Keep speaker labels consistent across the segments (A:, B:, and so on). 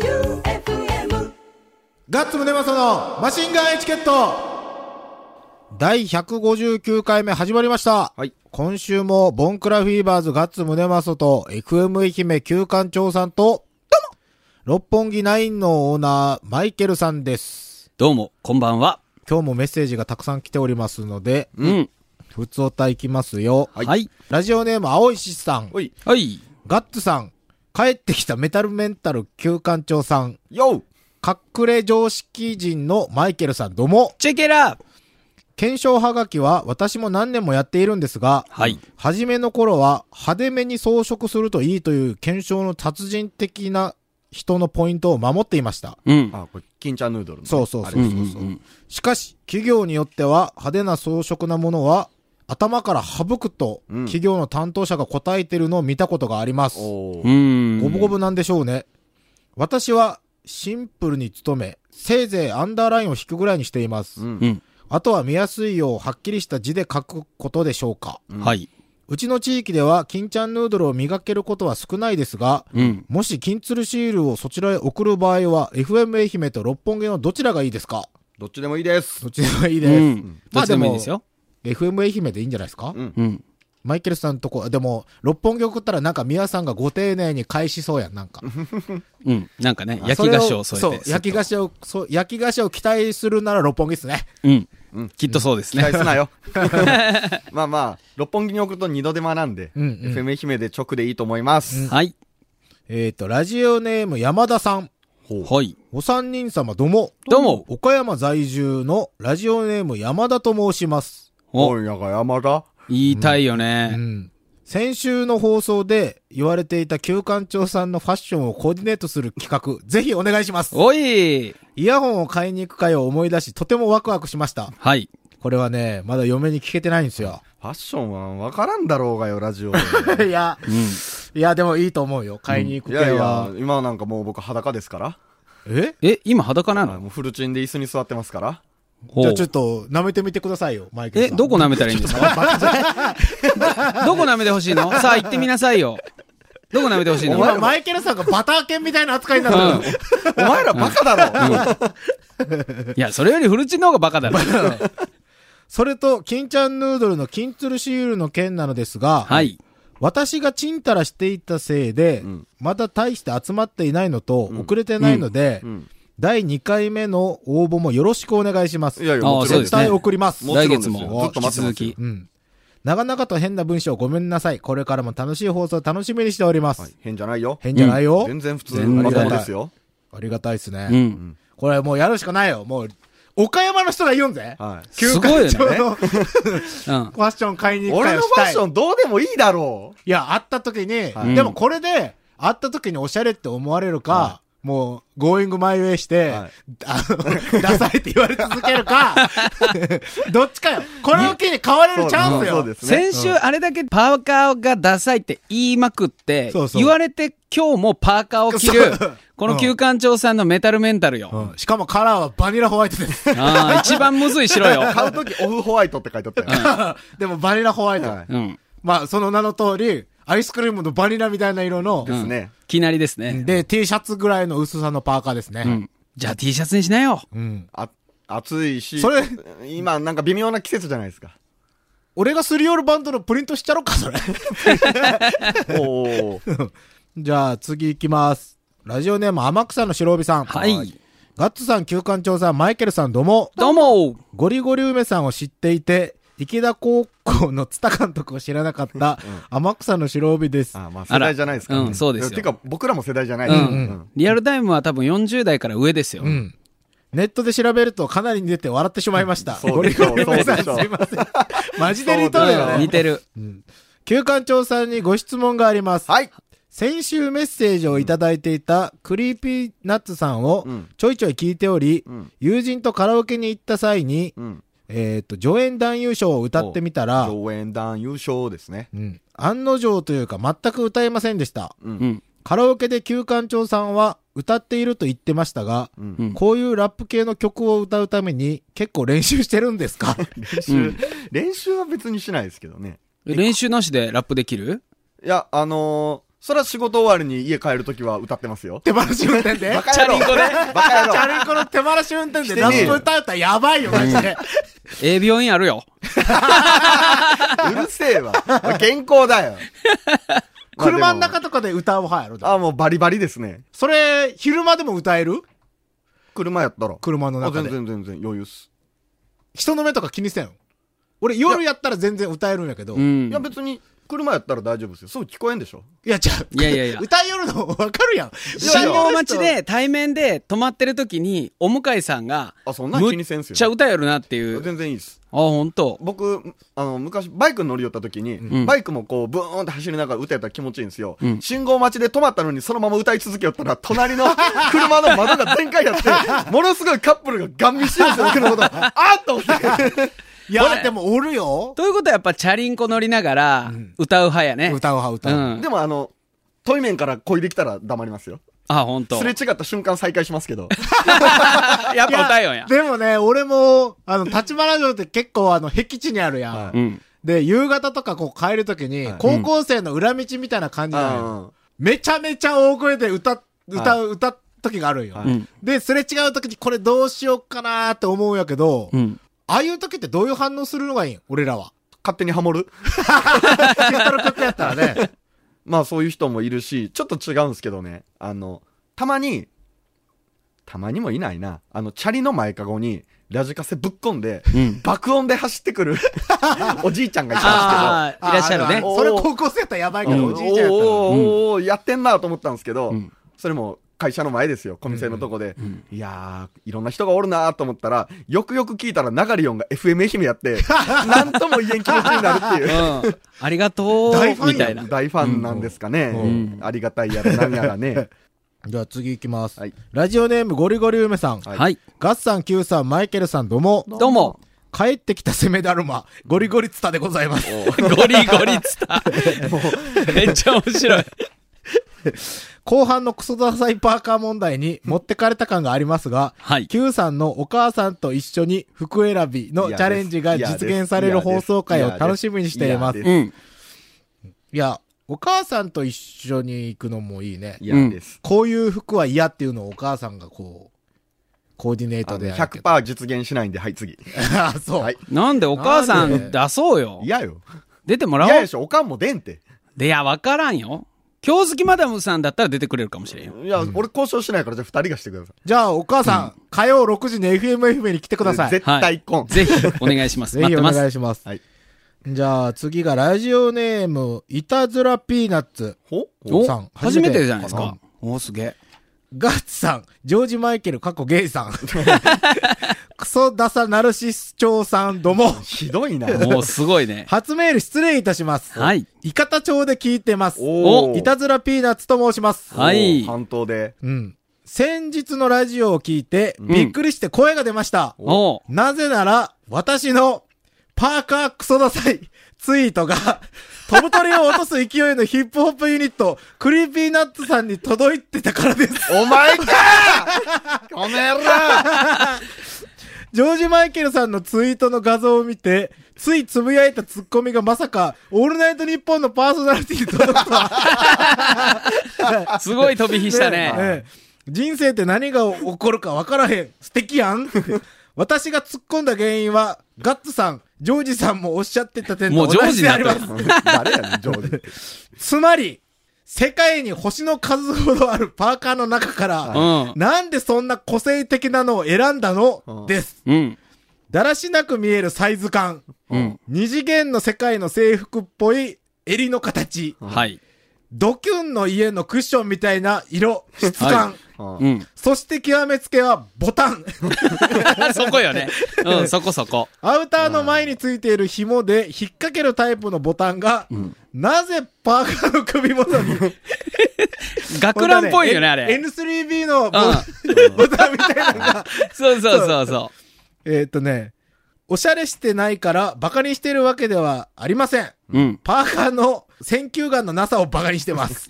A: J-O-E-U-F-M
B: ガッツムネマソのマシンガンエチケット第159回目始まりました。
C: はい
B: 今週も、ボンクラフィーバーズガッツムネマソと、FM 愛媛旧館長さんと、六本木ナインのオーナー、マイケルさんです。
C: どうも、こんばんは。
B: 今日もメッセージがたくさん来ておりますので、
C: うん。
B: ふつおたいきますよ。
C: はい。
B: ラジオネーム、青石さん。
C: い。はい。
B: ガッツさん。帰ってきたメタルメンタル旧館長さん。
C: よ
B: 隠れ常識人のマイケルさん、どうも。
C: チェケラ
B: 検証はがきは私も何年もやっているんですが、
C: はい
B: 初めの頃は派手めに装飾するといいという検証の達人的な人のポイントを守っていました。
C: うん。
D: あ、これ、金ちゃんヌードルの。
B: そうそう
D: あ
B: そう
D: れ
B: そううんそう
C: うんうん
B: しかし、企業によっては派手な装飾なものは頭から省くと、
D: うん
B: 企業の担当者が答えてるのを見たことがあります。
D: お
C: う
D: ー
C: ん。
B: 五分五分なんでしょうね。私はシンプルに努め、せいぜいアンダーラインを引くぐらいにしています。
D: うん
C: うん。
B: あとは見やすいようはっきりした字で書くことでしょうか。
C: はい。
B: うちの地域では金ちゃんヌードルを磨けることは少ないですが、
C: うん。
B: もし金鶴シールをそちらへ送る場合は、FM 愛媛と六本木のどちらがいいですか
D: どっちでもいいです
B: ど。っちでもいいで
C: う
B: す。
C: ん。
B: ま
C: ど
B: あ
C: っちでもいいですよ。
B: FM 愛媛でいいんじゃないですか、
D: うん
C: うん。
B: マイケルさんのとこ、でも、六本木送ったらなんか宮さんがご丁寧に返しそうやん、なんか。
C: うん。なんかね、焼き菓子を添えて。
B: そう、焼き菓
C: 子。
B: 子を、そう、焼き菓子を期待するなら六本木ですね。
C: うん。きっとそうです
D: 期
C: ね
D: 待。すなよ。まあまあ、六本木に送ると二度手間なんで、
B: うんうん
D: FM 愛媛で直でいいと思います。
C: はい。
B: えっ、と、ラジオネーム山田さん。
C: はい。
B: お三人様どうも。
C: どうも
B: 岡山在住のラジオネーム山田と申します。
C: お、
D: 今夜が山田
C: 言いたいよ
B: う
C: ね。
B: ん。先週の放送で言われていた旧館長さんのファッションをコーディネートする企画、ぜひお願いします。
C: おい
B: イヤホンを買いに行く会を思い出し、とてもワクワクしました。
C: はい。
B: これはね、まだ嫁に聞けてないんですよ。
D: ファッションはわからんだろうがよ、ラジオ で。
B: いや、
C: うん。
B: いや、でもいいと思うよ。 買いに行く
D: い
B: 系
D: やい
B: は。
D: や、今なんかもう僕裸ですから。
B: え
C: え、今裸な
D: はい
C: の
D: もうフルチンで椅子に座ってますから。
C: ほ
B: じゃ
C: う
B: あちょっと、舐めてみてくださいよ、マイケル
C: え、
B: さん。
C: どこ舐めたらいいんですか どこ舐めてほしいのさあ、行ってみなさいよ。どこ舐めてほしいの
B: 今、マイケルさんがバター犬みたいな扱いになってる。
D: お前らバカだろ
C: いや、それよりフルチンの方がバカだろ。
B: それと、金ちゃんヌードルの金鶴シールの件なのですが、
C: はい。
B: 私がチンタラしていたせいで、
D: ん
B: まだ大して集まっていないのと、遅れてないので、
D: ん
B: 第2回目の応募もよろしくお願いします。
D: いやいや、
C: あー
D: もち
C: そう
D: ろん
C: で
B: 絶
C: すね
B: 対送ります。
D: も
C: 来
D: ちろん
C: 月
D: です
C: も
D: よずっと
C: 引き
D: 待ってま
C: 続
D: すよ
C: き。
B: うん。長々と変な文章ごめんなさい。これからも楽しい放送楽しみにしております。
D: はい変じゃないよ。
B: 変じゃないよ、
D: 全然普通
C: 全然
D: のまともですよ。
B: ありがたいですね。
C: うん。
B: これもうやるしかないよ。もう、岡山の人が言うんぜ。
D: はい。
C: すごいよね
B: 旧館長のフ
C: うん。
B: ァッション買いに行く
D: 俺
B: 会を
D: の
B: し
D: フ
B: た
D: ァ
B: い
D: ッションどうでもいいだろ
B: いや、会った時に、
D: はい
B: でもこれで、会った時におしゃれって思われるか、
D: は
B: もう、ゴーイングマイウェイして、
D: はい
B: あの、 ダサいって言われ続ける か、どっちかよ。これを機に変われ
D: う。
B: るチャンス
D: そ
B: よ
D: う。です
C: 先
D: ね。
C: 週あれだけパーカーがダサいって言いまくって
B: そう、そう
C: 言われて今日もパーカーを着る
B: そう、
C: この旧館長さんのメタルメンタル
B: う
C: よ。
B: んしかもカラーはバニラホワイトです。
C: ああ、一番むずい白 よ。
D: 買うときオフホワイトって書いてあったよ。
B: でもバニラホワイト。
D: はい
C: うん。
B: まあ、その名の通り、アイスクリームのバニラみたいな色の
C: う、ん
D: ね。
C: きなりですね。
B: で、T シャツぐらいの薄さのパーカーですね。
C: うん。じゃあ T シャツにしなよ。
B: うん
D: あ、暑いし。
B: それ
D: 今なんか微妙な季節じゃないですか。
B: 俺がスリオールバンドのプリントしちゃろうか、それ。
D: おお。
B: じゃあ、次行きます。ラジオネーム、天草の白帯さん。
C: はい。
B: ガッツさん、旧館長さん、マイケルさん、どうも。
C: どうも
B: ゴリゴリ梅さんを知っていて、池田高校の津田監督を知らなかった、天草の白帯です。
D: あ、まあ世代じゃないですから
C: う
D: ね。
C: んそうですよ
D: てか僕らも世代じゃない。
C: うん
D: うん
C: リアルタイムは多分40代から上ですよ。
B: うん。ネットで調べるとかなり似てて笑ってしまいました。
D: そう
B: ゴリ
D: でしょう
B: ゴリ梅さん、す
D: そうで
B: い
D: しょ
B: ません。マジで似たの
D: そうだ
B: よね
C: 似。てる。
B: 旧館長さんにご質問があります。
D: はい。
B: 先週メッセージをいただいていたクリーピーナッツさんを
D: うん
B: ちょいちょい聞いており、
D: うん
B: 友人とカラオケに行った際に、
D: うん。
B: えっ、と、助演男優賞を歌ってみたら、
D: 上演団優勝ですね。
B: うん、案の定というか全く歌えませんでした。
D: う。
C: うんん。
B: カラオケで旧館長さんは歌っていると言ってましたが、
D: う。
C: うんん。
B: こういうラップ系の曲を歌うために結構練習してるんです か
D: 練
C: うん
D: 習、練習は別にしないですけどね。
C: 練習なしでラップできる
D: いや、あのーそら仕事終わりに家帰るときは歌ってますよ。
B: 手放し運転 で
D: カ野郎
C: チャリンコで
D: バカ野
B: チ
D: 郎
B: ャリンコの手放し運転
D: し
B: で
D: てね
B: ラ
D: え
B: ッ
D: よ
B: プ歌うたらやばいよ、マ ジで。
C: ええ病院あるよ。
D: うるせえわ。健康 だよ。まあ
B: 車の中とかで歌う派やろ
D: で。もあ、もうバリバリですね。
B: それ、昼間でも歌える
D: 車やったら。
B: 車の
D: あ
B: 中
D: 全
B: で。
D: 然全然余裕っす。
B: 人の目とか気にせん。俺、夜やったら全然歌えるんやけど。
C: う
B: い
C: ん
D: いや。別に、車やったら大丈夫ですよ。すぐ聞こえんでしょ。
B: や、じゃあ
C: いやいやいや
B: 歌いよるのわかるやん。
C: 信号待ち
B: いや。
C: で対面で止まってる時に、お向かいさんが、
D: あそんなん気にせんすよ
C: むっちゃ歌やるなっていう。あ、
D: 全然いいです。
C: ほんと。
D: 僕、あの、昔、バイクに乗り寄った時に、
C: ん
D: バイクもこう、ブーンって走りながら歌えたら気持ちいいんですよ。
C: うん
D: 信号待ちで止まったのに、そのまま歌い続けよったら、隣の車の窓が全開や って、ものすごいカップルがガン見してるんですよ、僕のこと。あーっと思って。
B: いや、でもおるよ。
C: ということはやっぱチャリンコ乗りながら
B: ん、
C: 歌う派やね。
B: 歌う派、歌う派。
C: うん
D: でもあの、遠い面から恋できたら黙りますよ。
C: あ、ほんと。
D: すれ違った瞬間再会しますけど。
C: やっぱ歌えよんや。
B: でもね、俺も、あの、立花城って結構、あの、僻地にあるやん。
D: は
C: うん。
B: で、夕方とかこう帰るときに
D: はい、
B: 高校生の裏道みたいな感じなのよ。
D: あ
B: めちゃめちゃ大声で歌っ、歌う、歌う時があるんよ。
D: は
C: うん。
B: で、すれ違う時にこれどうしようかなーって思うんやけど、
C: うん。
B: ああいう時ってどういう反応するのがいいん俺らは。
D: 勝手にハモる
B: シフトの曲やったらね。
D: まあそういう人もいるし、ちょっと違うんですけどね。あの、たまに、たまにもいないな。あの、チャリの前かごに、ラジカセぶっ込んで、
C: うん。
D: 爆音で走ってくる おじいちゃんがいたん
C: ああ、いらっしゃる
B: ああ
C: ね
B: るあ。
D: お
B: る
D: ー
B: それ高校生やったらやばいけど、お
D: です
B: じ
D: け
B: い
D: ど、
B: ちゃんやったら。
D: おーおーおーやってんなと思ったんですけど、
C: うん
D: それも会社の前ですよ、小店のとこで。
C: ん
D: いやー、いろんな人がおるなーと思ったら、よくよく聞いたら、流れ音が FM 愛媛 やって、なんとも言えん気持ちになるってい
C: う
D: う。
C: ん。ありがと
B: 大ファ
C: う、
B: ンやん
C: みたいな。
D: 大ファンなんですかね。
C: うん
D: ありがたいやらなんやらね。
B: じゃあ次行きます。
D: はい
B: ラジオネームゴリゴリ梅さん。
D: はい
C: はい。
B: ガッサン、キューさん、マイケルさん、どうも。
C: どうも。
B: 帰ってきた攻めだるま、ゴリゴリツタでございます。
C: ゴリゴリツタ。めっちゃ面白い。
B: 後半のクソダサいパーカー問題に持ってかれた感がありますが、
C: はい。
B: Q さんのお母さんと一緒に服選びのチャレンジが実現される放送回を楽しみにしています。い
D: 嫌
B: や
D: で
C: うん。
B: お母さんと一緒に行くのもいいね。
D: 嫌です。
B: こういう服は嫌っていうのをお母さんがこう、コーディネー
D: あ
B: ト
D: の
B: でやるけど。
D: 100%実現しないんで、はい、次。
B: あ、 そう。
D: はい
C: なんでお母さん出そうよ。
D: 嫌よ。
C: 出てもらお
D: 嫌
C: う
D: で。しょ、おかんも出んって。
C: で、いや、わからんよ。今日好きマダムさんだったら出てくれるかもしれんよ。
D: いや、俺交渉しないから、じゃあ二人がしてください。
B: じゃあお母さん、火曜6時に FMFM に来てください。ぜ
D: 絶対婚。
C: ぜひ、お願いします。待っ
B: ひ
C: て
B: お
C: ま
B: 願
C: す。
B: いします。
D: はい
B: じゃあ次がラジオネーム、いたずらピーナッツ。
D: ほ
C: お
B: さん
C: 初めてじゃないです
B: 初
C: か。おすげえ。
B: ガッツさん、ジョージ・マイケル、過去ゲイさん。 クソダサナルシス長さん、どう も。
D: ひどい な。
C: もうすごいね。
B: 初メール失礼いたします。
C: はい。
B: イカタ町で聞いてます。
D: おー
B: いたずらピーナッツと申します。
C: はい
D: 半島で。
B: うん。先日のラジオを聞いて、びっくりして声が出ました。
C: おう
B: なぜなら、私の、パーカークソダサい ツイートが、飛ぶ鳥を落とす勢いのヒップホップユニット、クリーピーナッツさんに届いてたからです。
D: お前かこの野郎
B: ジョージ・マイケルさんのツイートの画像を見て、ついつぶやいたツッコミがまさか、オールナイトニッポンのパーソナリティに届くとは。
C: すごい飛び火したね。
B: ええ人生って何が起こるかわからへん。素敵やん。私が突っ込んだ原因は、ガッツさん、ジョージさんもおっしゃってた点
C: も
B: と
C: うジョ
B: 同
C: ー
B: じ
C: ジ
B: で
C: にな
B: あ
C: っ
B: り
C: て
B: ま。
C: ますす。
D: 誰やねん、ジョージって。
B: つまり、世界に星の数ほどあるパーカーの中から、
C: う
B: なんでそんな個性的なのを選んだ
D: う
B: の
D: ん
B: です。
C: ん。うん。
B: だらしなく見えるサイズ感。
C: うん。
B: 二次元の世界の制服っぽい襟の形。
C: はい。
B: ドキュンの家のクッションみたいな色、質感。
C: は
D: う
C: うんん。
B: そして極めつけはボタン。
C: そこよね。 うん、そこそこ。
B: アウターの前についている紐で引っ掛けるタイプのボタンが、なぜパーカーの首元 に。
C: 学ランっぽいよね、あ
B: え
C: れ。
B: N3B のボ ボ
C: う
B: タンみたいなのが。
C: そうそうそうそ
B: えーっとね、おしゃれしてないからバカにしてるわけではありません。
C: う。うん。
B: パーカーの選球眼のなさをバカにして ます。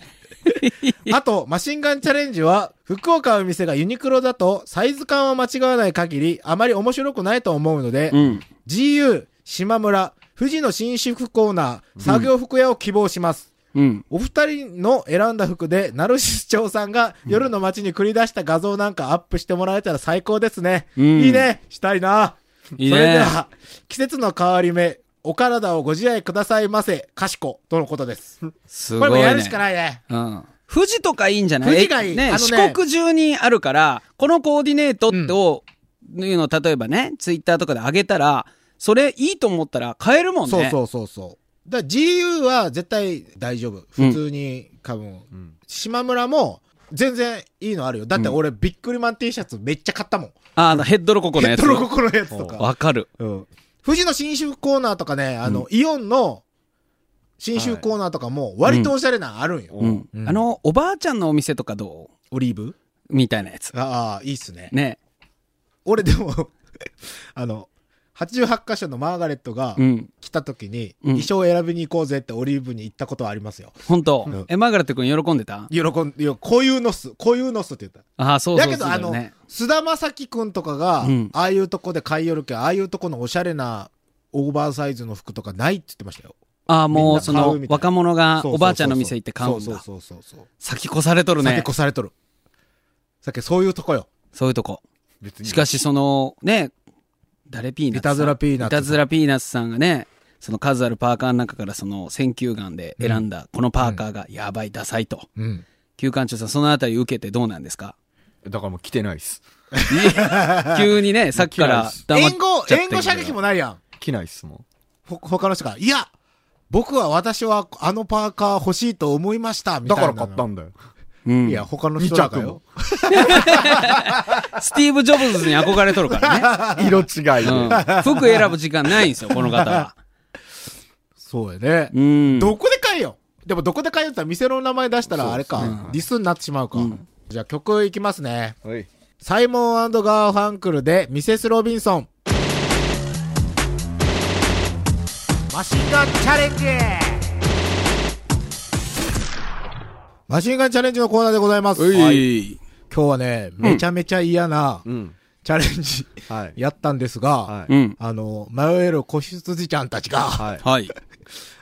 B: あと、マシンガンチャレンジは、福岡の店がユニクロだと、サイズ感を間違わない限り、あまり面白くないと思うので、
C: うん。
B: GU、島村、富士の紳士服コーナー、作業服屋を希望します。
C: うん。
B: お二人の選んだ服で、ナルシス長さんが夜の街に繰り出した画像なんかアップしてもらえたら最高ですね。
C: うん
B: いいねしたいな。
C: いい
B: それで
C: ね。
B: は、季節の変わり目、お体をご自愛くださいませ、かしことのことです。
C: す
B: こ
C: ご
B: れ
C: い
B: も
C: ね。
B: やるしかないね。
C: うん。富士とかいいんじゃない
B: 富士がいい
C: えね
B: あのね
C: 四国中にあるから、このコーディネートってを、いうのを例えばね、ツイッターとかで上げたら、それいいと思ったら買えるもんね。
B: そうそうそうそう。だから GU は絶対大丈夫。普通に多分、
D: うん
B: 島村も全然いいのあるよ。だって俺、ビックリマン T シャツめっちゃ買ったもん。
C: ああの、ヘッドロココの
B: ヘッ
C: やつ。
B: ドロココのやつとか。
C: わかる。
B: うん。富士の新種コーナーとかね、あの、イオンの新種コーナーとかも割とおしゃれなのあるんよ。
D: う
C: うんん。あの、おばあちゃんのお店とかど
B: オリーブ
C: うみたいなやつ。
B: ああ、いいっすね。
C: ね。
B: 俺でも、 あの、88箇所のマーガレットが
C: うん。
B: 来た時に、
C: うん
B: 衣装を選びに行こうぜってオリーブに行ったことはありますよ。
C: 本当、
B: うん
C: え、マーガレット君喜んでた
B: 喜んで、いやこういうのっす、こういうのっすって言った。
C: ああ、そうそう
B: だけ
C: そう
B: ど、
C: だ
B: あ
C: よ
B: の
C: ね。、
B: 菅田将暉くんとかが
C: うん、
B: ああいうとこで買い寄るけど、ああいうとこのおしゃれなオーバーサイズの服とかないって言ってましたよ。
C: ああ、もう、そ
B: みんな買
C: の
B: うみ、たいな
C: 若者が
B: そうそうそうそう
C: おばあちゃんの店行って買うんだ。
B: そうそうそうそう。
C: 先越されとる
B: 酒
C: ね
B: 越。されとる。酒、そういうとこよ。
C: そういうとこ。
D: 別に
C: しかし、その、ね、誰ピーナッツ
B: いたずらピーナッツ
C: いたずらピーナッツさんがね、その数あるパーカーの中からその選球眼で選んだ、このパーカーがやばい、ダサいと。
B: うん。
C: 旧館長さん、そのあたり受けてどうなんですか
D: だからもう来てないっす
C: 急に ね、さっきから黙っちゃ
B: 援
C: っ
B: 護、
C: たけど
B: 援護射撃もないやん。
D: 来ないっすもん
B: ほ、他の人が、いや、僕は私はあのパーカー欲しいと思いました、みた
D: だ
B: いな
D: か
B: の。
D: ら買ったんだよ
C: うん
B: いや、他の
D: 2
B: 人だか
D: 着
B: よ
D: も。
C: スティーブ・ジョブズに憧れとるからね。
D: 色違い
C: う
D: で、
C: ん、服選ぶ時間ないんですよ、この 方は。
B: そうやね。
C: うん。
B: どこで買えよでもどこで買えよって言ったら店の名前出したらあれ
D: そうです
B: か
D: ね、
B: ディスになってしまうか。じゃあ曲いきますね。
D: おい
B: サイモンガーファンクルでミセス・ロビンソン。マシンガンチャレンジマシンガンチャレンジのコーナーでございます。
C: は
B: はい
C: い。
B: 今日はね、めちゃめちゃ嫌な
D: うん
B: チャレンジ
D: はい
B: やったんですが、
D: はい
C: うん。
B: あの、迷える子羊ちゃんたちが、
D: はい
C: はい。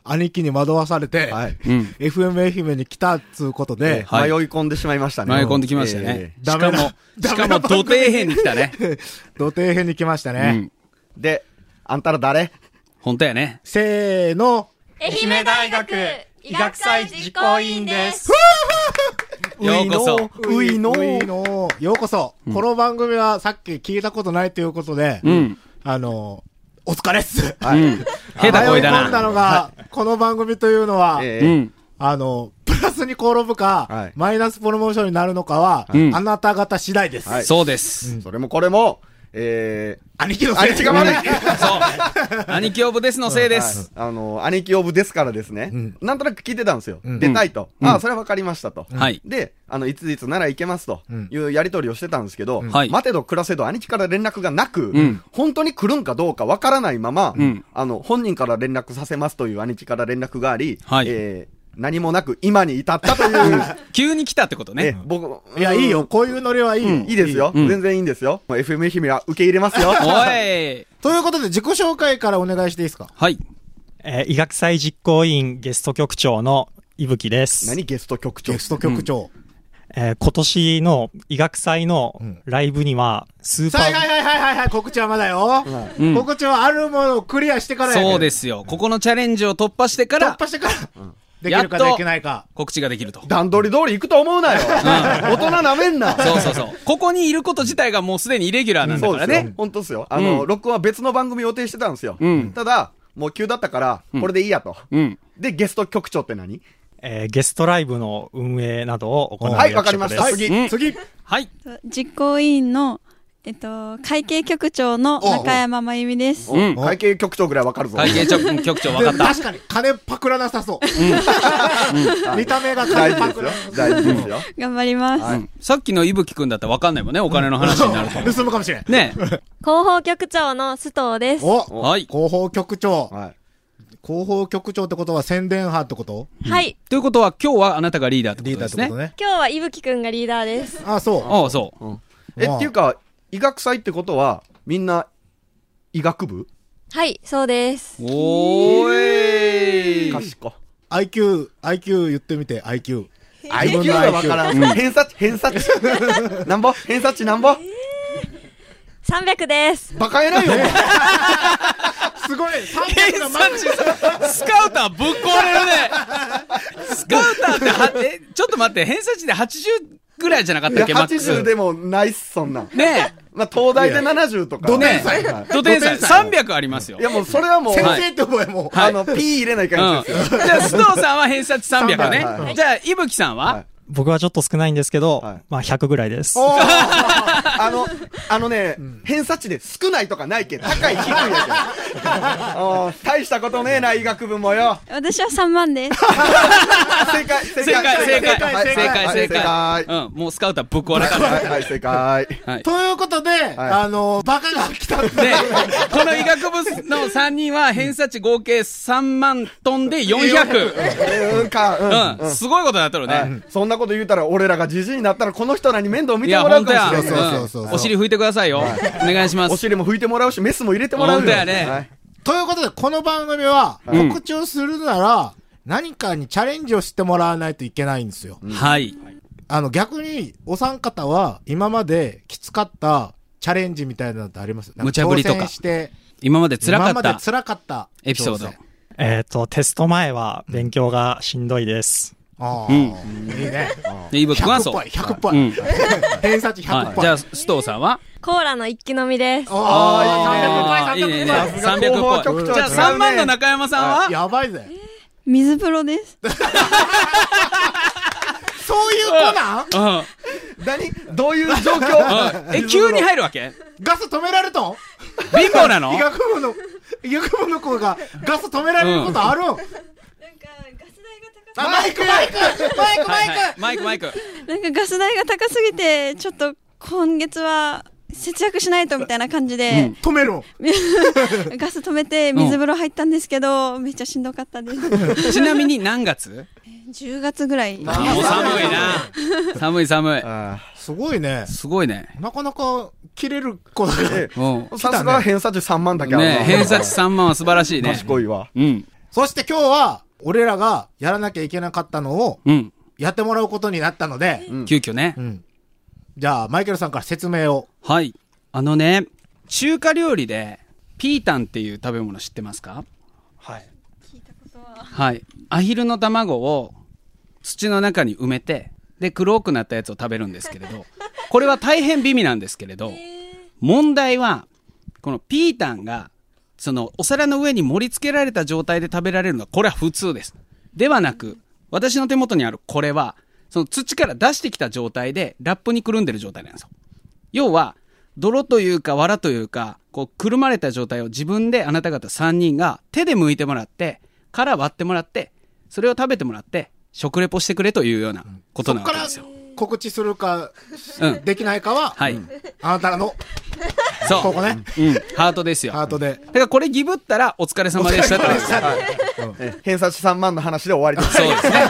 B: 兄貴に惑わされて、
D: はい、
C: うん。
B: FM 愛媛に来たっつうことで、
C: はい
D: 迷い込んでしまいましたね
C: 迷い込んできましたね。
B: え
C: しかも、
B: ダ
C: し
B: メな
C: かも、土底辺に来たね。
B: 土底編に来ました
C: う
B: ね。
C: ん。
D: えーであんたら誰
C: 本当やね。
B: せーの、
E: 愛媛大学医学祭実行委員です。
C: ようこそ。
D: ういの
B: ういのようこそ、この番組はさっき聞いたことないということで、
C: うん。
B: あの、お疲れっす。
C: うん。下
B: 迷
C: 手声
B: い込
C: だ
B: んだ
C: な。
B: のが、この番組というのは、
D: え
C: う
D: ー
C: ん。
B: あの、プラスに転ぶか、
D: はい
B: マイナスプロモーションになるのかは、
C: うん
B: あなた方次第です。
D: はい
C: そうです。
D: それもこれもえー
B: 兄貴の
D: 兄貴が
B: ま
D: 悪
B: だ
D: い
C: そう。兄貴オブですのせいです。
D: はいあの、兄貴オブですからですね、
B: ん
D: なんとなく聞いてたんですよ。
B: ん
D: 出たいと。ああ、それは分かりましたと。
C: はい
D: で、あの、いついつなら行けますと
B: ん
D: いうやり取りをしてたんですけど、
C: はい
D: 待てど暮らせど兄貴から連絡がなく、
C: ん
D: 本当に来るんかどうか分からないまま、
C: うん
D: あの、本人から連絡させますという兄貴から連絡があり、
C: はい
D: えー何もなく今に至ったという、
C: 急に来たってこと
D: え
C: ね。
D: 僕、
B: いや、いいよ。こういうノリはいいよ。
D: いいですよ。
C: うん
D: 全然いいんですよ。もう FM 姫は受け入れますよ。
C: おい。
B: ということで、自己紹介からお願いしていいですか
C: はい。
F: えー医学祭実行委員ゲスト局長の伊吹です。
D: 何ゲスト局長
B: ゲスト局長。
F: えー今年の医学祭のライブには、スーパ
B: さあ、はい
F: ー、
B: はいはいはいはい、告知はまだよ。
C: うん
B: 告知はあるものをクリアしてからやね
C: そうですよ。ここのチャレンジを突破してか
B: 突
C: ら、
B: 破してから、できるかできないか。
C: 告知ができると。
D: 段取り通り行くと思うなよ。大人なめんな。
C: そうそうそう。ここにいること自体がもうすでにイレギュラーなんだ
D: そう
C: か
D: で
C: ら
D: すよ
C: ね。。
D: 本当ですよ。あの、
C: うん
D: 録音は別の番組予定してたんですよ。
C: うん
D: ただ、もう急だったから、これでいいやと。
C: うん。
D: で、ゲスト局長って何
F: えーゲストライブの運営などを行う
D: はい、わ
F: 役
D: かり
F: 職
D: まし
F: で
D: た。
F: す。
D: 次。
C: うん
B: 次、
C: はい。
E: 実行委員の、えっと、会計局長の中山真由美です。
C: うん
D: 会計局長ぐらいわかるぞ。
C: 会計局局長分
B: で
C: かっ
B: も
C: た。
B: 確かに、金パクらなさそう。見た目が
D: 大
B: 金
D: 事
B: パク
D: です
B: ら
D: よ
B: なさ。
D: 大事ですよ。
E: 頑張ります。
C: うんさっきの伊吹くんだったら分かんないもんね。お金の話になると。
B: そう。盗むかもしれん。
C: ね
G: 広報局長の須藤です。
B: お
C: はい。
B: 広報局長。
D: はい。
B: 広報局長ってことは宣伝派ってこと
G: はい。
C: ということは今日はあなたがリーダーってこ
B: リー
C: と
B: ダー
C: で
B: って
C: す
B: こと。
C: ね
B: ね。
G: 今日は伊吹くんがリーダーです。
B: あ、そ
C: ああ、そう。
D: え、
B: まあ
D: っていうか、医学祭ってことは、みんな、医学部
G: はい、そうです。
C: おーい。
D: 賢。
B: IQ、IQ 言ってみて、IQ。
D: 相手がわからん。偏差値、偏差値。 なんぼ偏差値なんぼ
G: 300です。
D: バカ偉いよ。
B: すごい
C: 偏差値スカウターぶっ壊れるねスカウターってはえちょっと待って偏差値で80ぐらいじゃなかっ
D: い
C: た
D: や
C: っけマックス
D: 80でもないっす、そんなん。
C: ね
D: まあ、東大で70とか。
B: ど
C: 天
B: 才
D: はい
C: え土天才300ありますよ
D: いや、もうそれはもう、
B: 先
C: はい
B: 生って覚えもう。
D: あの、P 入れないか
C: うん、じゃ
D: ら
C: あ、
D: ですよ。
C: 須藤さんは偏差値300ね。
D: 300は
C: じゃあ、いぶきさんは、
D: はい
F: 僕はちょっと少ないんですけど、
D: はい
F: まあ100ぐらいです。
D: おーあの、あのね、偏差値で少ないとかないけん高い、低いやけんおー大したことねえな、医学部もよ。
E: 私は3万 です。
D: 正解、
C: 正解、
D: 正
C: 正解、
D: はい
C: 正解、正
D: はい
C: 解。
D: 正解
C: うん、もうスカウターぶっ壊れたから。
D: はいはい、正解。
C: はい。
B: ということで、あの、バカが来たん
C: で
B: で、、
C: この医学部の3人は偏差値合計3万トンで400。
D: うんか、う
C: う
D: ん
C: ん、すごいことになっとる
D: は
C: ね。
D: い。そんなこと言うたら、俺らがじじいになったら、この人らに面倒見
C: い
D: て
C: や、
D: もらう
C: 本
D: か
C: 当や。
D: も
B: そう
D: し
B: そう
D: れない。
B: そうそう
C: うんお尻拭いてくださいよ。お願いしま
D: お
C: す。
D: 尻も拭いてもらうし、メスも入れてもらうよ。
C: 本当やね
D: はい
B: ということで、この番組は、
C: うん
B: 告知をするなら、何かにチャレンジをしてもらわないといけないんですよ。
C: はい。
B: あの、逆に、お三方は、今まできつかったチャレンジみたいなのってありますなん
C: 無茶ぶりとか
B: 挑戦して、
C: 今まで辛か
B: 今ま
C: っ
B: で
C: た
B: 辛かった。
C: エピソード。
F: えっ、と、テスト前は勉強がしんどいです。
B: ああ、
C: うん
B: いいね。
C: で、いぶき君は
B: 100
C: そ
B: ぽい、
C: う。
B: 100ぽ
C: う
B: い
C: ん。
B: 偏差値
C: は
B: 100
C: い。
B: ぽい。
C: じゃ
B: あ
C: あ、須藤さんは
G: コーラの一気飲みです。
C: あ
B: あ
C: あ、
B: ー、
C: いい
B: 300
C: ね。
B: ぽい、300
C: いいね
B: ぽい。
C: 300っぽい。じゃあ、3万の中山さんは
B: やばいぜ。
E: 水風呂です。
B: そういう子なん
C: う
D: 何どういう状
C: ん
D: 況
C: うん。え、急に入るわけ
B: ガス止められたん
C: 貧 乏なの
B: 医学部の、医学部の子がガス止められることあるん、
E: なんかガス
B: あマイクマイクマイクマイク、
C: はいはいマイクマイク。
E: 代が、なんかガス代が高すぎて、ちょっと今月は節約しないとみたいな感じで、
B: 止めるん
E: ガス止めて水風呂入ったんですけど、めっちゃしんどかったです。
C: ちなみに何月
E: 10月ぐら い。
D: あー
C: もう寒いな。寒い寒い。
D: あ
B: すごいね。
C: すごいね。
B: なかなか切れる子だ
D: ー
B: ね。
C: うん
D: え。さすが偏差値3万だけあるな
C: ね偏差値3万は素晴らしいね。
D: 賢いわ。
C: うん。
B: そして今日は、俺らがやらなきゃいけなかったのを
C: うん。
B: やってもらうことになったので、
D: うん
C: 急遽ね
B: う。ん。じゃあ、マイケルさんから説明を。
C: はい。あのね、中華料理で、ピータンっていう食べ物知ってますか
F: はい。
C: はい。アヒルの卵を土の中に埋めて、で、黒くなったやつを食べるんですけれど、これは大変美味なんですけれど、問題は、このピータンが、その、お皿の上に盛り付けられた状態で食べられるのは、これは普通です。ではなく、私の手元にあるこれは、その土から出してきた状態で、ラップにくるんでる状態なんですよ。要は、泥というか藁というか、こう、くるまれた状態を自分であなた方3人が手で剥いてもらって、殻割ってもらって、それを食べてもらって、食レポしてくれというようなこと
B: そ
C: な
B: こか
C: わけ
B: ら
C: ですよ。
B: 告知するか、
C: うん。
B: できないかは、
C: はい。
B: あなたの、
C: そう。
B: ここね、
C: うん。ハートですよ。
B: ハートで。
C: だからこれギブったらお疲れ様でしたってことです
D: え偏差値3万の話で終わりです。
C: そうですね。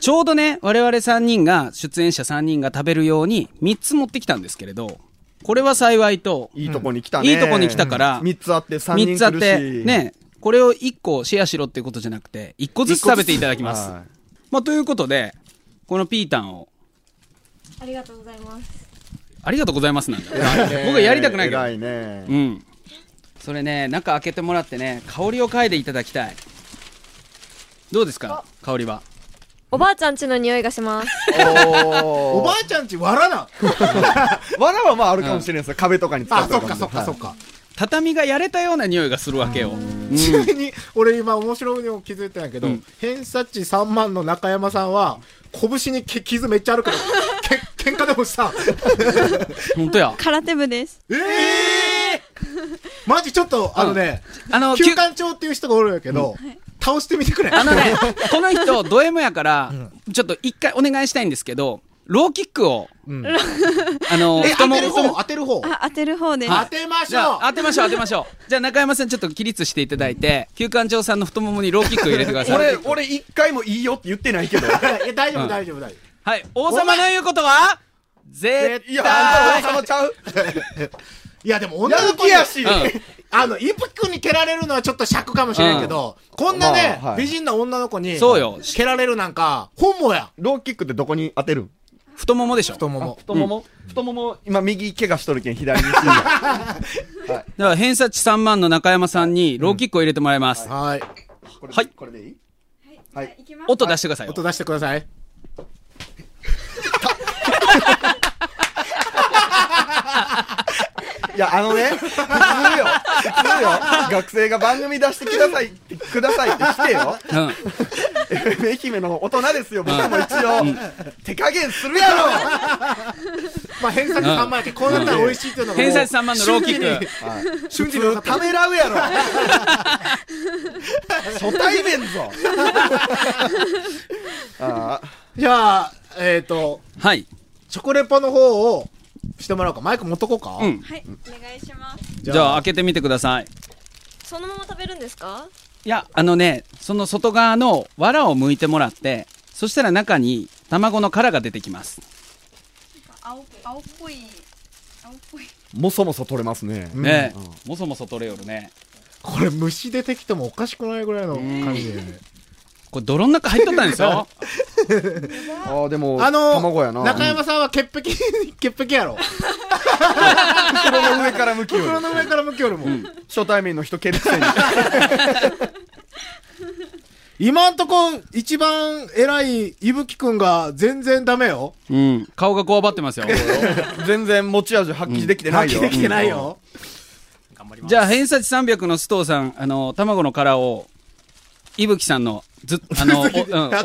C: ちょうどね、我々3人が、出演者3人が食べるように3つ持ってきたんですけれど、これは幸いと、
D: いいとこに来たね。
C: いいとこに来たから
D: 3つあって3人
C: 3
D: 来るし。
C: つあって、ね、これを1個シェアしろっていうことじゃなくて、1個ずつ食べていただきます。
D: はい
C: まあ、ということで、このピータンを、
G: ありがとうございます。
C: ありがとうございますなんだ。 僕はやりたくないけど
D: 偉。いね
C: う。ん。それね、中開けてもらってね、香りを嗅いでいただきたい。どうですか香りは。
G: おばあちゃんちの匂いがします。
B: お
D: お
B: ば
D: ば
B: あちゃんち笑な。
D: わらはまああるかもしれないですよ。壁とかに使
B: あ、
D: って
B: そ
D: る
B: っかそっかそっか。
C: 畳がやれたような匂いがするわけよ。うん
B: ちなみに、俺今面白いの気づいてないけど、
C: うん
B: 偏差値3万の中山さんは、拳にけ傷めっちゃあるから、け喧嘩でもした。
C: 本当や。
E: 空手部です。
B: ええマジちょっと、あのね、
C: あの、き ゅ
B: 休館長っていう人がおるんやけど、倒してみてくれ。
C: あのね、この人、ド M やから、ちょっと一回お願いしたいんですけど、ローキックを、
B: うん
C: あの、
B: え、当てる
C: 太
B: 方、
C: も
B: 当てる方。
E: あ、当てる方です。
B: 当てまし
C: じゃ
B: ょ
C: あ、当てましょう、当てましょう。じゃあ、中山さん、ちょっと起立していただいて、休館長さんの太ももにローキックを入れてください。
D: 俺、俺一回もいいよって言ってないけ ど。
B: う。いや、大丈
C: うん
B: 夫、大丈夫、大丈
C: はい、王様の言うことは、絶
D: いや、
C: 対
D: あんた王様ちゃう
B: 夫。いや、でも
D: や
B: 女の子
D: る気
B: に、
D: やし。
C: うん
B: あの、イプキ君に蹴られるのはちょっと尺かもしれんけど、こんなね、
D: まあはい
B: 美人な女の子に、
C: そうよ
B: 蹴られるなんか、本望や。
D: ローキックってどこに当てるん
C: 太ももでしょ。
B: 太
C: だか
B: もも。
D: 太もも、太もも、今右怪我しとるけん左に死んだ。
C: ら偏差値3万の中山さんにローキックを入れてもらいます。
B: はい。
D: これ
C: はい
D: これでいい
G: はい、行きます。
C: 音出してくださいよ。
B: 音出してください。
D: いや、あのね、普通よ。普通よ。学生が番組出してくださいって、くださいって来てよ。
C: うん。
D: 愛媛の大人ですよ、僕も一応。手加減するやろ
B: まあ、偏差値3万やけどこうなったら美味しいっていうのがもう。
C: 偏差値3万のローキック。
D: 瞬時にためらうや ろ初対面ぞ あ
B: じゃあ、えっ、と、
C: はい。
B: チョコレポの方をしてもらおうか。マイク持っとこうか。
C: うん
E: はい、お願いします。
C: じゃあ開けてみてください。
G: そのまま食べるんですか
C: いや、あのね、その外側の藁を剥いてもらって、そしたら中に卵の殻が出てきます。
E: 青青っぽい青っぽい。
D: もそもそ取れますね
B: うん
C: ねえ、もそもそ取れよるね。
B: これ虫出てきてもおかしくないぐらいの感じで。
C: これ泥の中入っとったんです よ。
D: あーでも
B: あの
D: 卵やな
B: 中山さんは潔癖、 潔癖やろ。
D: 袋の上から向 きよ
B: 袋の上から向きよるもん。
D: 初対面の人蹴るくせに
B: 今んとこ、一番偉いいぶきくんが全然ダメよ。
C: うん。顔がこわばってますよ。
D: 全然持ち味発揮できてないよ、
B: できてないよ。
C: じゃあ偏差値300の須藤さん、あの、卵の殻を、いぶきさんの、ずっ、あ の、お,、うん、お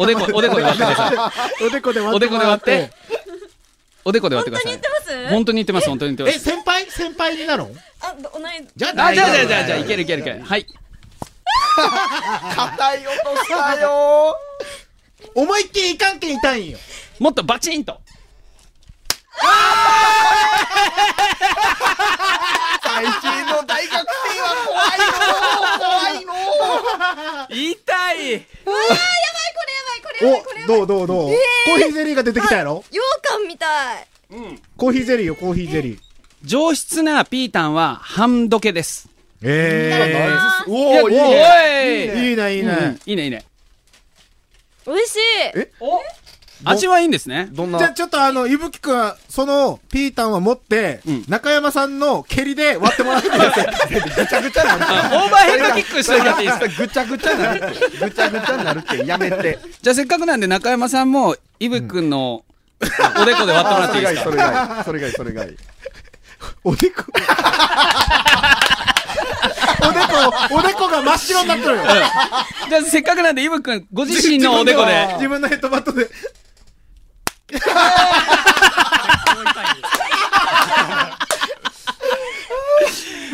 C: でこ、おでこで割ってください。
B: おでこで割
C: お
B: って
C: でこで割って。、おでこで割
G: 本
C: っ
G: 当
C: てく
G: に言
C: ださ
G: っ
C: い
G: て。ます
C: 本当に言ってます、本当に言っ
B: え、
C: てます。
B: 先輩先輩になの
G: あ、ど同い
B: じゃ
C: あ、じゃあじゃあ
B: 大丈
C: じゃあ
B: 夫
C: じゃあ、いけるいけるいける。はい。
D: 硬い音したよ
B: 思いっきりいかんけんいたいんよ。
C: もっとバチンと。
D: 最近の大学生は怖いの怖いの
C: 痛
G: うわー、
C: い。
G: やばい、これやばい、これやばい、これやばい。
B: お、どうどうどう、コーヒーゼリーが出てきたやろ
G: 羊羹みたい。
B: コーヒーゼリーよ、コーヒーゼリー。
C: 上質なピータンは半時計です。
B: え
G: あ
D: お
C: いや
D: おいい
C: お
D: ね
B: いいね、いい
C: うん
B: ね。
C: いいね、いいね。
G: ー美味しい。
C: 味はいいんですね。
D: どん
B: じゃあ
D: な
B: ちょっとあの、いぶきくん、その、ピータンは持って、
C: うん
B: 中山さんの蹴りで割ってもらってください。
D: ぐち ゃぐちゃなん
C: あ
D: だ
C: オーバーヘッドキックしといてもらっていいですか
D: ぐちゃぐちゃなるってぐちゃぐちゃなるってやめて
C: じゃあせっかくなんで中山さんも、イブくんのおでこで割ってもらっていいです
D: そ
C: か
D: れがいいそれがいいそれがいいそれがいい
B: おでこ。おでこ、おでこが真っ白になってるよ。
C: じゃあせっかくなんでイブくんご自身のおでこで。
B: 自分のヘッドバットで。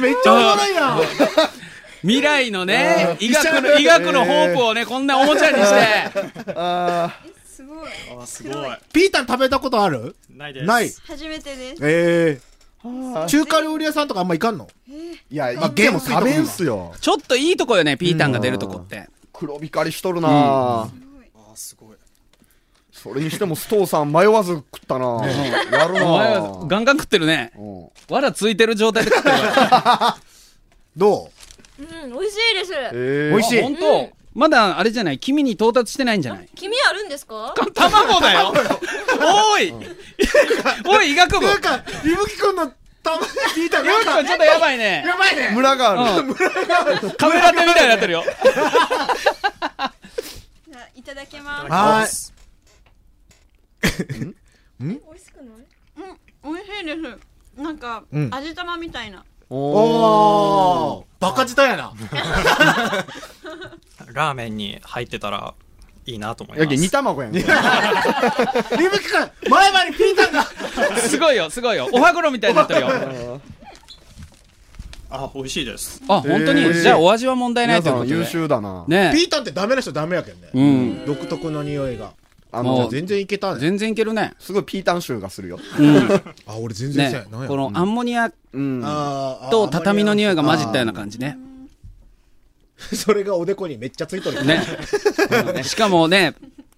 B: めっちゃおもろいやん。
C: 未来のね、医学
B: 医者
C: の、医学のホープをね、こんなおもちゃにして。
D: あ
E: すごい。
F: あ、すごい。
B: ピータン食べたことある
F: ないです。
B: ない。
E: 初めてです。
B: ええ。
D: ー
B: 中華料理屋さんとかあんま行かんの
D: いや、
B: まあ
D: いても食べんすよ。
C: ちょっといいとこよね、ピータンが出るとこって。
D: 黒光りしとるな、ぁ
F: あ、すごい。
D: それにしても、須藤さん迷わず食ったな、ぁやるな
C: お前
D: ぁ
C: はガンガン食ってるね。
D: うん
C: わらついてる状態で食ってるから。
B: ど
G: うん、美味しいです。
D: え
B: う美味し
C: あ
B: い。
C: 本当まだあれじゃない君に到達してないんじゃない
G: 君あるんですか
C: 卵だよおいおい医学部医
B: な
C: 学
B: んか、いぶきくんのたまにピータンなん
C: 部
B: か、
C: ちょっとやばいね
B: やばいね。
D: 村があ
C: う
D: る。
C: んカメラ手みたいになってるよ
E: じゃあいただきます。
B: は
G: 美味しくない
E: うん、美味しいです。なんか、
B: うん
E: 味玉みたいな。
B: おー。バカ舌やな。
F: ラーメンに入ってたらいいなと思いま
D: や
F: す。
D: け、煮卵やん。い
B: いぶきくん、前歯にピータンが。
C: すごいよすごいよおはぐろみたいになってるよ
F: あ、美味しいです。
C: あ本当に、
D: えー
C: じゃあお味は問題な
D: 皆
C: いという
D: さ
C: こと
D: ん
C: で
D: 優秀だな。
B: ピ
C: ね
B: ータンってダメな人ダメやけんね。
C: うん
B: 独特の匂いが。
D: あ
C: も
D: の
C: う、
B: 全然いけたね。
C: 全然いけるね
D: すごいピータン臭がするよ。
C: うん
B: あ、俺全然せ
C: ね
B: ん。なんや
C: このアンモニア
D: うん。
B: あーあー
C: と畳の匂いが混じったよう
B: あ
C: な感じね
B: ーそれがおでこにめっちゃついとる。
C: ね、うんしかもね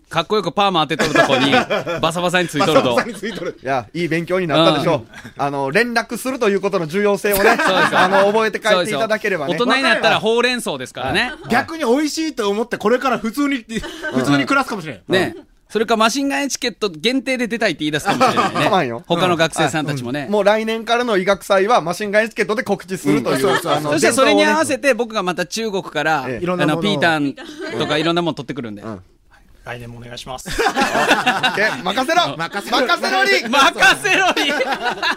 C: かっこよくパーマ当てとるとこ に、バサバサについとると
B: バサバサ。についとる。
D: いや、いい勉強になったでしょう。あの、連絡するということの重要性をね、あの、覚えて帰
C: そうで
D: って
C: す
D: い
C: よ
D: ただければね。
C: 大人になったらほうれん草ですからね。
B: 逆に美味しいと思って、これから普 通に、普通に暮らすかもしれん。
C: ね。それかマシンガンエチケット限定で出たいって言い出すかもしれない
D: 構わん
C: ね
D: よ。
C: 他の学生さんたちもね。
D: もう来年からの医学祭はマシンガンエチケットで告知するという。あの
C: そしてそれに合わせ
D: て。
C: て僕がまた中国から、あ
D: ええ
B: いろんなもの
C: の、
B: を
C: ピータンとかいろんなもの取ってくるんで。
D: ん
F: 来年もお願いし ます。
D: え任せろ任せろに
C: 任せろに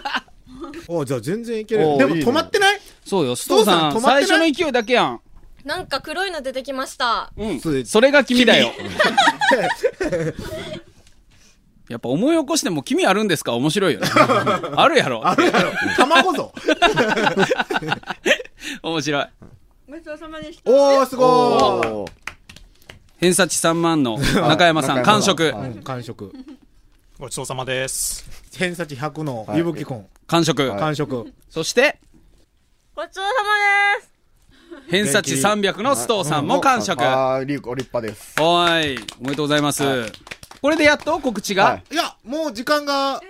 B: おじゃあ全然いける
D: お。
B: でも
D: いいね
B: 止まって ない
C: そうよ、須藤さ
B: 須
C: ん、
B: 藤さん止まってな
C: 最
B: い
C: 初の勢いだけやん。
G: なんか黒いの出てきました。
C: うん
B: そう。
C: それが君だよ。やっぱ思い起こしても君あるんですか面白いよね。あるやろ。
B: あるやろ。卵 ぞ。
C: 面白い。
E: ごちそうさまでした。
B: おー、すご
D: おー
C: 偏差値3万の中山さん、
D: はい
C: 完食。
D: は
B: ーい。完食。
F: ごちそうさまです。
B: 偏差値100の
D: はい
B: ゆぶきくん。
C: 完食。
B: 完食。
C: そして、
G: ごちそうさまです。
C: 偏差値300の須藤さんも完食。は
D: あー、リュウコ立派です。
C: ーい。おめでとうございます。これでやっと告知
D: は
C: が
B: い
D: い。
B: や、もう時間が。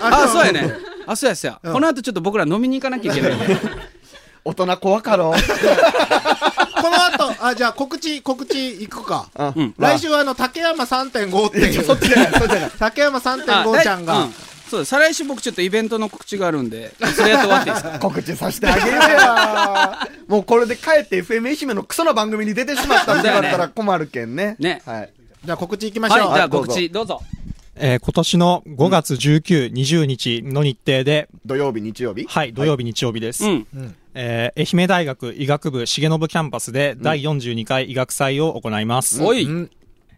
C: あ、そうやね。あ、そうやそうや。
B: うん
C: この後ちょっと僕ら飲みに行かなきゃいけないんで。
D: 大人怖かろ。
B: この後、あ、じゃあ告知、告知行くか。
D: うん
B: 来週はあの、竹山3.5っていう。
D: そっちじゃない、そっちじゃない。
B: 竹山
C: あ
B: 3.5ちゃん
C: だい
B: が
C: う。そうです再来週僕ちょっとイベントの告知があるんで、それやって終わっていいですか
D: 告知させてあげるよやもうこれで帰って FM 愛媛のクソな番組に出てしまったって言われたら困るけんね。
C: ね
D: はい。
B: じゃあ告知行きまし
C: はい、
B: ょう。
C: じゃあ
D: どう
C: 告
D: ぞ
C: 知、どうぞ。
F: えー今年の5月19、20日の日程で、
D: 土曜日、日曜日。
F: はい、土曜日、日曜日です。
C: うん。
F: えー愛媛大学医学部重信キャンパスで第42回医学祭を行います。
C: おい。
B: うん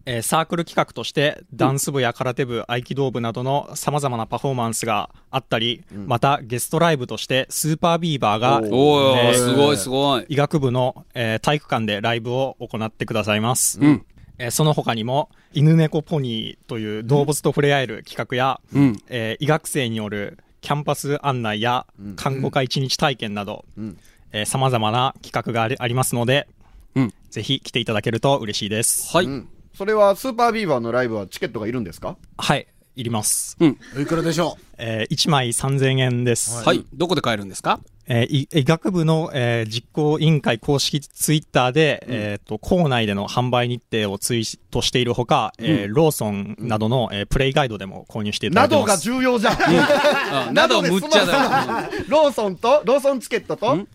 F: えーサークル企画として、ダンス部や空手部、合気道部などの様々なパフォーマンスがあったり、またゲストライブとして、スーパービーバーが、
C: おー、
F: えー
C: すごいすごい。
F: 医学部の、えー体育館でライブを行ってくださいます。
C: うん
F: えーその他にも、犬猫ポニーという動物と触れ合える企画や、
C: うん。
F: えー医学生によるキャンパス案内や看護科一日体験など、
D: ん
F: えー様々な企画がありありますので、
C: うん
F: ぜひ来ていただけると嬉しいです。
C: はい。
D: うん。それは、スーパービーバーのライブはチケットがいるんですか
F: はい、いります。
B: おいくらでしょ
F: えー1枚3000円です。
C: はい。どこで買えるんですか
F: えーい医学部の、えー実行委員会公式ツイッターで、えっと、校内での販売日程をツイートしているほか、えーローソンなどの、えープレイガイドでも購入していただ
D: な
F: け
D: ど
F: ま
D: が
F: す。
D: 重要じゃん。
C: あなどむっちゃだ。
D: だ。ローソンと、ローソンチケットと
C: ん、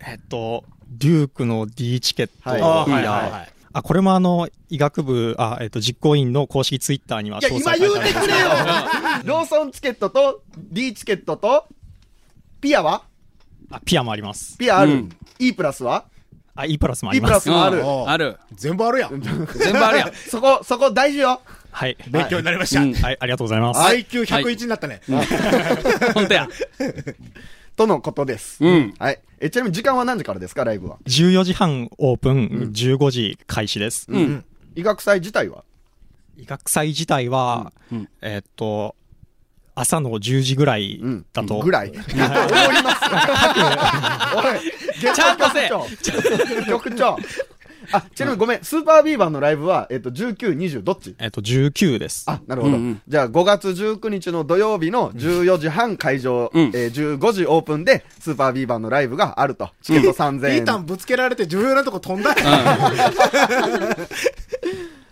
F: えっと、デュークの D チケット
D: はい
F: や
B: あはいはいはい
F: あ、これもあの、医学部、あ、えっと、実行委員の公式ツイッターにはい
D: や、
F: 詳
D: 今
F: 細書
D: 言
F: いうてあ
D: てく
F: りま
D: れ
F: す。
D: よローソンチケットと、D チケットと、ピアは
F: あ、ピアもあります。
D: ピアあ
C: う
D: る
C: ん。
D: E プラスは
F: あ、E プラスもあ
D: ?E
F: り
D: プ
F: ま
D: ラ
F: す。
D: スもある。
B: お
C: ある。
B: う。全部あるやん。
C: 全部あ るやん。
D: そこ、そこ大事よ。
F: はい。
B: 勉強になりました
C: うん。
F: はい、ありがとうございます。
B: IQ101 になったね。
C: 本当や。
D: とのことです。
C: うん。
D: はい。え、ちなみに時間は何時からですか、ライブは。
F: 14時半オープン、15時開始です。
C: うん。
D: 医学祭自体は
F: 医学祭自体は、
C: うんうん
F: えーっと、朝の10時ぐらいだ と。
D: ぐら い。だと思います。おい、
C: ちゃんとせ
D: せ局長。あ、ちなみにごめん、スーパービーバーのライブは、えっと、19、20、どっち
F: えーっと、19です。
D: あ、なるほど。
C: うんうん
D: じゃあ、5月19日の土曜日の14時半会場、
C: うん
D: えー15時オープンで、スーパービーバーのライブがあると。チケット3000
B: ピ
D: 円。
B: ータンぶつけられて重要なとこ飛んだね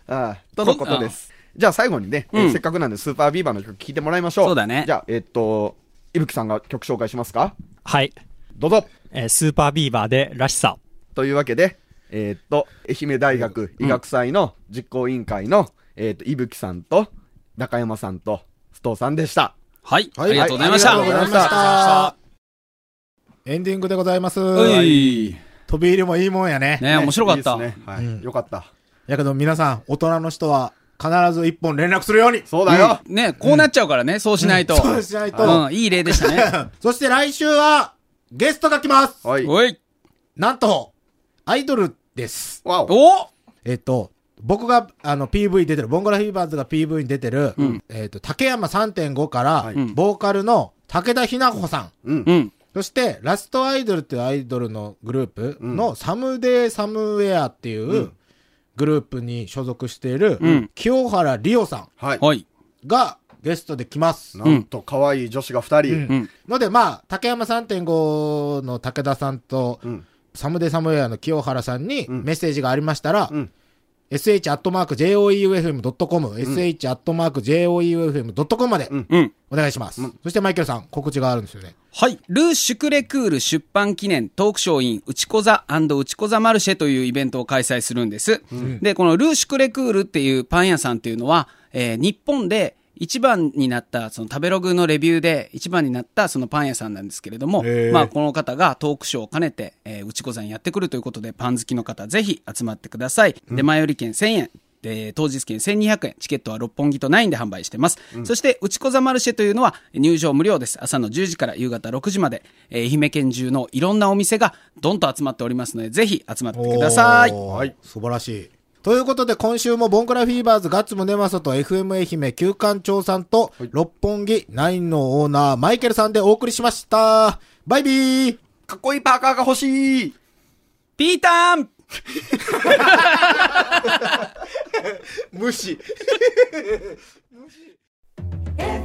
D: ああとのことです。じゃあ最後にね、えー
C: うん
D: せっかくなんでスーパービーバーの曲聴いてもらいましょう。
C: そうだね
D: じゃあ、えっと、いぶきさんが曲紹介しますか
F: はい。
D: どうぞ
F: えースーパービーバーでらしさ。
D: というわけで、えっと、愛媛大学医学祭の実行委員会の、えっと、いぶきさんと、中山さんと、須藤さんでした。
C: はい。あ
B: はい
C: りがとうございまし
B: あ
C: た。
B: りがとうございました。エンディングでございます。
C: う
B: 飛
C: い。
B: び入りもいいもんやね。
C: ね面白かった
D: いい。ですね。はい
B: うん
D: よかった。
B: やけど皆さん、大人の人は必ず一本連絡するように。
D: そうだよ、
C: ね、こうなっちゃうからね、そうしないと。
B: そうしないと。
C: うん、いい例でしたね。
B: そして来週は、ゲストが来ます。
D: はい。
C: おい。
B: なんと、アイドルです。
D: わお
C: お
B: えっと、僕が、あの、PV 出てる、ボンゴラフィーバーズが PV に出てる、えっと、竹山3.5から
D: い、
B: ボーカルの武田ひな子さん。
D: うん
C: う。ん。
B: そして、ラストアイドルっていうアイドルのグループの、サムデイ・サムウェアっていう、グループに所属している、
C: うん
B: 清原里央さ
D: はい。
C: はい。
B: んがゲストで来ます。
D: なんと、可愛い女子が二人。
C: うん。
B: ので、まあ、竹山3.5の武田さんと、
D: うん
B: サムデイサムウェアの清原さんに
D: ん
B: メッセージがありましたら、
D: うん
B: sh.joeufm.com、sh.joeufm.com まで
D: うん
C: うん。
B: お願いします。そしてマイケルさん、告知があるんですよね。
C: はい。ルーシュクレクール出版記念トークショーインうちこざうちこざマルシェというイベントを開催するんです。で、このルーシュクレクールっていうパン屋さんっていうのは、えー日本で一番になった、その食べログのレビューで一番になったそのパン屋さんなんですけれども、
B: へー
C: まあこの方がトークショーを兼ねて、えーうちこざにやってくるということで、パン好きの方ぜひ集まってください。で、前売り券1000円。で、当日券1200円。チケットは六本木と9で販売してます。そして、うちこざマルシェというのは入場無料です。朝の10時から夕方6時まで、えー、愛媛県中のいろんなお店がどんと集まっておりますので、ぜひ集まってください。
B: おー
D: はい
B: 素晴らしい。ということで、今週もボンクラフィーバーズガッツムネマソと FM 愛媛旧館長さんと、六本木ナインのオーナー、マイケルさんでお送りしました。バイビー
D: かっこいいパーカーが欲しい
C: ピーターン
B: 無視
A: F